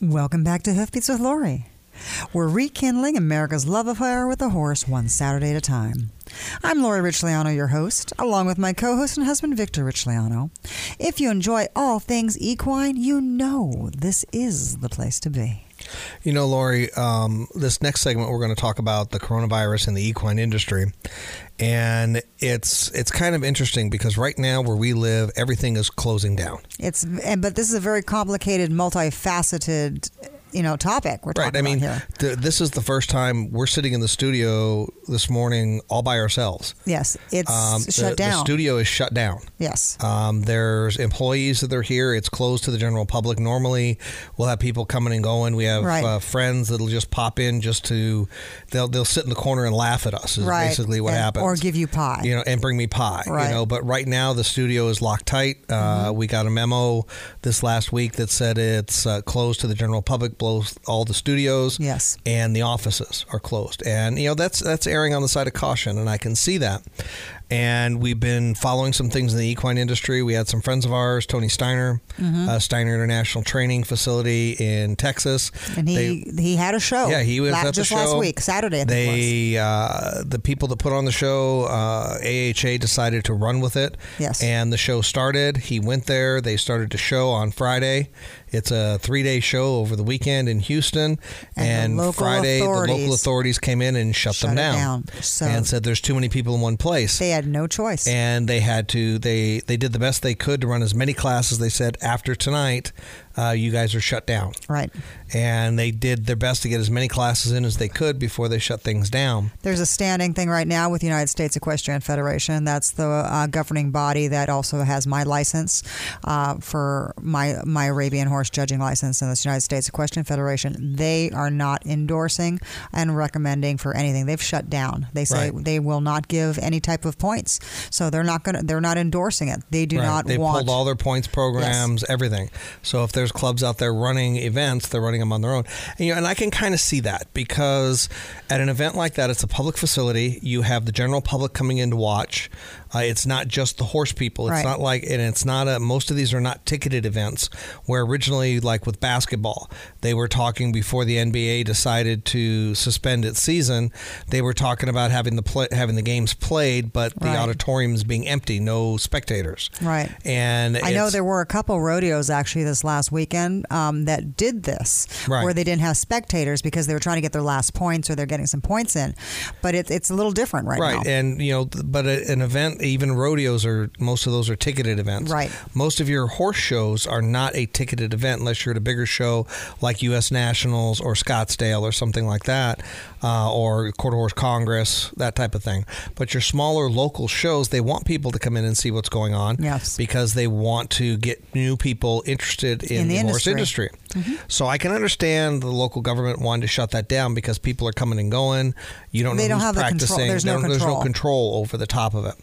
Welcome back to Hoofbeats with Lori. We're rekindling America's love affair with the horse one Saturday at a time. I'm Lori Richliano, your host, along with my co host and husband, Victor Richliano. If you enjoy all things equine, you know this is the place to be. You know, Lori, um, this next segment we're going to talk about the coronavirus in the equine industry, and it's it's kind of interesting because right now where we live, everything is closing down. It's and but this is a very complicated, multifaceted, you know, topic we're talking Right. I mean, about here. th- this is the first time we're sitting in the studio this morning all by ourselves. Yes, it's um, the, shut the down. studio is shut down. yes, Um, there's employees that are here. It's closed to the general public. Normally, we'll have people coming and going. We have Right. uh, friends that'll just pop in just to they'll they'll sit in the corner and laugh at us. Is right. basically what And- happens. Or give you pie. you know, and bring me pie. Right. Mm-hmm. You know, but right now the studio is locked tight. Uh, We got a memo this last week that said it's uh, closed to the general public. Both all the studios Yes. and the offices are closed. And you know that's that's erring on the side of caution, and I can see that. And we've been following some things in the equine industry. We had some friends of ours, Tony Steiner, Mm-hmm. uh, Steiner International Training Facility in Texas. And he he had a show. Yeah, he was la- at the just show. last week, Saturday. I think it was. they uh, the people that put on the show, uh, AHA decided to run with it. Yes. and the show started. He went there. They started to show on Friday. It's a three day show over the weekend in Houston, And the and, local Friday the authorities- local authorities came in and shut, Shut them it down, down. So- and said there's too many people in one place. They had no choice. and they had to they they did the best they could to run as many classes. They said after tonight, uh, you guys are shut down right. and they did their best to get as many classes in as they could before they shut things down. There's a standing thing right now with the United States Equestrian Federation. That's the uh, governing body that also has my license uh, for my my Arabian horse judging license, and that's United States Equestrian Federation. They are not endorsing and recommending for anything. They've shut down. They say Right. they will not give any type of points, so they're not gonna they're not endorsing it. They do Right. not they want. pulled all their points programs, everything. So if there's clubs out there running events, they're running them on their own. And, you know, and I can kind of see that because at an event like that, it's a public facility. You have the general public coming in to watch. Uh, it's not just the horse people. Right. It's not like, and it's not a. Most of these are not ticketed events. Where originally, like with basketball, they were talking before the NBA decided to suspend its season. They were talking about having the play, having the games played, but the Right. auditoriums being empty, no spectators. Right. And I know it's- there were a couple rodeos actually this last weekend um, that did this, Right. where they didn't have spectators because they were trying to get their last points or they're getting some points in. But it, it's a little different right, Right, now. and you know, th- but a, an event, even rodeos are most of those are ticketed events. Right. Most of your horse shows are not a ticketed event unless you're at a bigger show like U.S. Nationals or Scottsdale or something like that, uh, or Quarter Horse Congress, that type of thing. But your smaller local shows, they want people to come in and see what's going on. Yes. Because they want to get new people interested in, In the horse industry. Mm-hmm. industry. So I can understand the local government wanting to shut that down because people are coming and going. You don't They don't know who's have the control- practicing. there's no There- control. control over the top of it.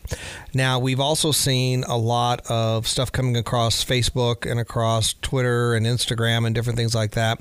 Now, we've also seen a lot of stuff coming across Facebook and across Twitter and Instagram and different things like that,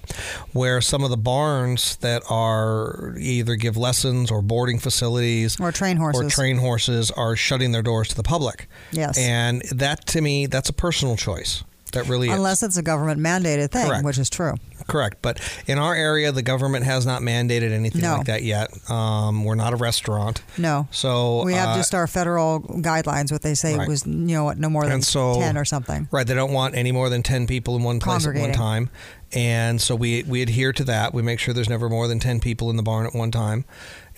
where some of the barns that are either give lessons or boarding facilities Or train or horses. train horses are shutting their doors to the public. Yes. And that to me, that's a personal choice. That really is. Unless it's a government mandated thing, Correct. which is true. Correct. But in our area, the government has not mandated anything No. like that yet. Um, we're not a restaurant. No. So we have uh, just our federal guidelines, what they say Right. was, you know, what, no more than And so- 10 or something. Right, they don't want any more than ten people in one place at one Congregating. time, and so we we adhere to that. We make sure there's never more than ten people in the barn at one time,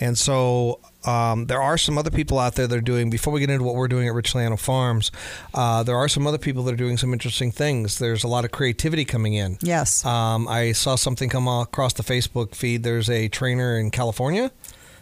and so um, there are some other people out there that are doing. Before we get into what we're doing at Richland Farms, uh, there are some other people that are doing some interesting things. There's a lot of creativity coming in. Yes. Um, I saw something come across the Facebook feed. There's a trainer in California.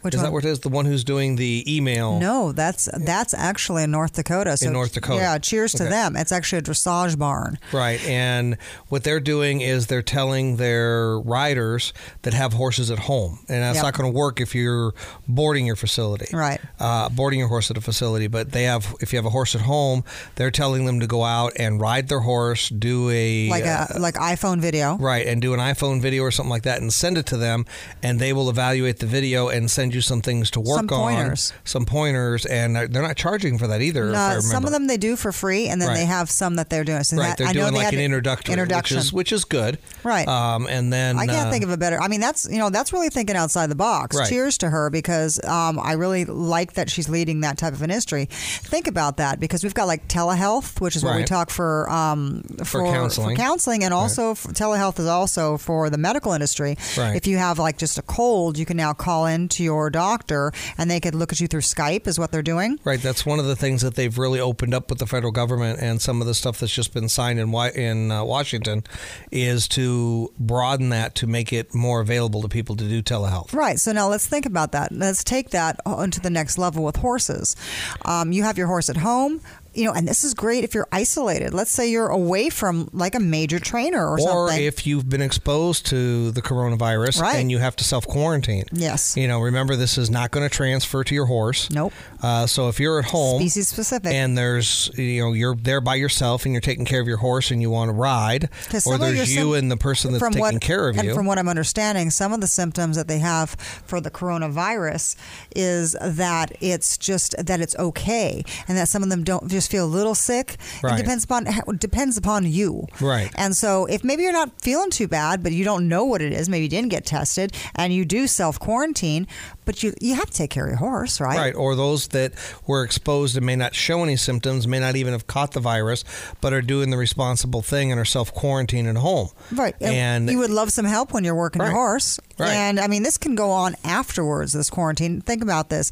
Which is one? that where it is? The one who's doing the email. No, that's that's actually in North Dakota. So North Dakota. Yeah, cheers to Okay. them. It's actually a dressage barn. Right. And what they're doing is they're telling their riders that have horses at home. And that's Yep. not going to work if you're boarding your facility. Right. Uh, boarding your horse at a facility. But they have, if you have a horse at home, they're telling them to go out and ride their horse, do a. uh, Like a like iPhone video. Right, and do an iPhone video or something like that and send it to them, and they will evaluate the video and send you some things to work Some pointers. on, some pointers, and they're they're not charging for that either. if I Uh, some remember. of them they do for free, and then Right. they have some that they're doing. So Right, that, they're I know doing they like had an introductory, Introduction. which is which is good, Right. Um, and then I can't uh, think of a better. I mean, that's you know that's really thinking outside the box. Right. Cheers to her because um, I really like that she's leading that type of an industry. Think about that because we've got like telehealth, which is what we Right. talk for um, for, counseling. counseling, and also for, telehealth is also for the medical industry. Right. If you have like just a cold, you can now call in to your doctor, and they could look at you through Skype. Is what they're doing. Right, that's one of the things that they've really opened up with the federal government and some of the stuff that's just been signed in Wa- in uh, Washington is to broaden that to make it more available to people to do telehealth. Right. So now let's think about that. Let's take that on to the next level with horses. Um, you have your horse at home. You know, and this is great if you're isolated. Let's say you're away from like a major trainer or, Or something. if you've been exposed to the coronavirus Right. and you have to self quarantine. yes. You know, remember this is not going to transfer to your horse. Nope. Uh, so if you're at home Species specific. and there's you know you're there by yourself and you're taking care of your horse and you want to ride, 'Cause some or of there's your you sym- and the person that's taking care of and you. from what I'm understanding, some of the symptoms that they have for the coronavirus is that it's just that it's okay, and that some of them don't just feel a little sick. Right. It depends upon depends upon you. Right. And so, if maybe you're not feeling too bad, but you don't know what it is, maybe you didn't get tested, and you do self quarantine, but you you have to take care of your horse, right? Right, or those that were exposed and may not show any symptoms, may not even have caught the virus, but are doing the responsible thing and are self quarantined at home. Right. Uh, and you would love some help when you're working Right. your horse. Right. And I mean, this can go on afterwards, this quarantine. Think about this.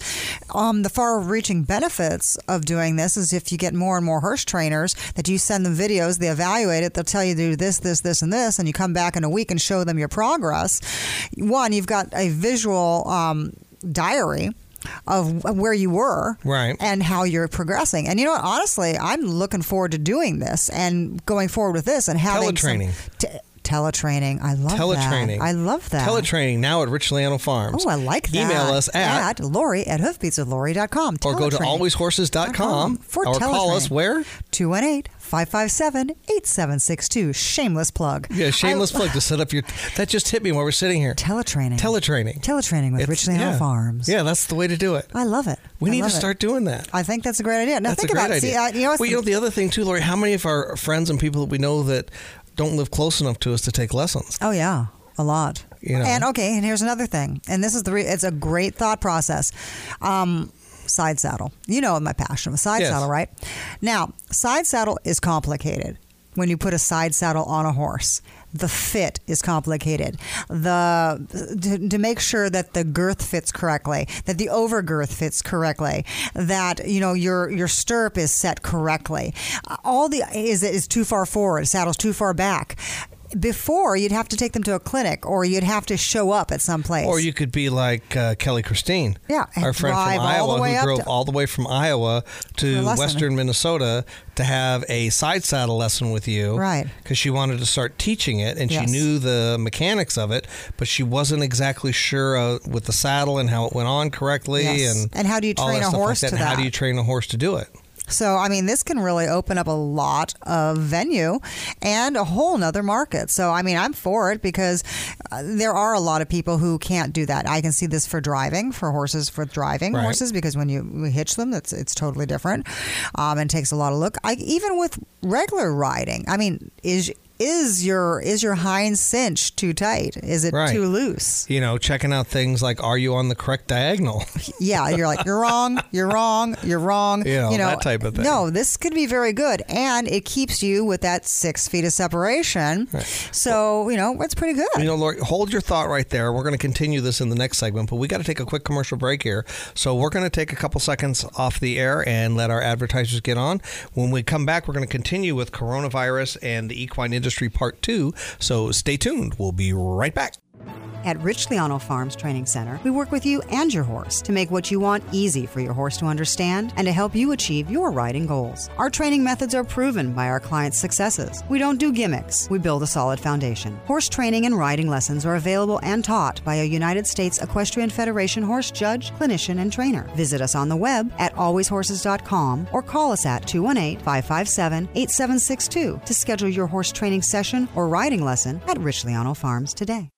Um, the far reaching benefits of doing this is if you get more and more horse trainers that you send them videos, they evaluate it, they'll tell you to do this, this, this, and this, and you come back in a week and show them your progress. One, you've got a visual um, diary. Of where you were, Right. and how you're progressing, and you know what? Honestly, I'm looking forward to doing this and going forward with this, and having some- Teletraining. T- teletraining. I love teletraining. That. I love that. Teletraining now at Rich Lano Farms. Oh, I like that. Email us at at, Lori at hoofbeatsoflori.com. or go to alwayshorses.com Uh-huh, For or call us teletraining. where? 218 557 8762. Shameless plug. Yeah, shameless I- plug to set up your. That just hit me while we're sitting here. Teletraining. Teletraining. teletraining with It's- Rich Leon yeah. Farms. Yeah, that's the way to do it. I love it. We I need to love it. start doing that. I think that's a great idea. Now That's think a great about it. idea. See, I, you know, I was well, you know, the other thing too, Lori. How many of our friends and people that we know that don't live close enough to us to take lessons? Oh yeah, a lot. You know. And okay, and here's another thing, and this is the re- it's a great thought process. Um, side saddle, you know, my passion with side Yes. saddle, right? Now, side saddle is complicated. When you put a side saddle on a horse, the fit is complicated. The to, to make sure that the girth fits correctly, that the overgirth fits correctly, that you know your your stirrup is set correctly. All the is it is too far forward, saddle's too far back before you'd have to take them to a clinic or you'd have to show up at some place. Or you could be like uh, Kelly Christine, Yeah, and our friend drive from all the Iowa way who up drove to- all the way from Iowa For a to lesson. Western Minnesota to have a side saddle lesson with you, Right. Because she wanted to start teaching it, and Yes. she knew the mechanics of it, but she wasn't exactly sure uh, with the saddle and how it went on correctly, Yes. and And how do you all train that a stuff like horse that, to and How that? do you train a horse to do it? so, I mean, this can really open up a lot of venue and a whole nother market. So, I mean, I'm for it because uh, there are a lot of people who can't do that. I can see this for driving, for horses, for driving Right. horses, because when you hitch them, it's, it's totally different um, and takes a lot of look. I, even with regular riding, I mean, is. Is your is your hind cinch too tight? Is it Right. too loose? You know, checking out things like are you on the correct diagonal? yeah, you're like you're wrong, you're wrong, you're wrong. You know, you know that type of thing. No, this could be very good, and it keeps you with that six feet of separation. So you know it's pretty good. You know, Lori, hold your thought right there. We're going to continue this in the next segment, but we got to take a quick commercial break here. So we're going to take a couple seconds off the air and let our advertisers get on. When we come back, we're going to continue with coronavirus and the equine industry part two. So stay tuned. We'll be right back. At Rich Liano Farms Training Center, we work with you and your horse to make what you want easy for your horse to understand and to help you achieve your riding goals. Our training methods are proven by our clients' successes. We don't do gimmicks, we build a solid foundation. Horse training and riding lessons are available and taught by a United States Equestrian Federation horse judge, clinician, and trainer. Visit us on the web at alwayshorses.com or call us at 218 557 8762 to schedule your horse training session or riding lesson at Rich Liano Farms today.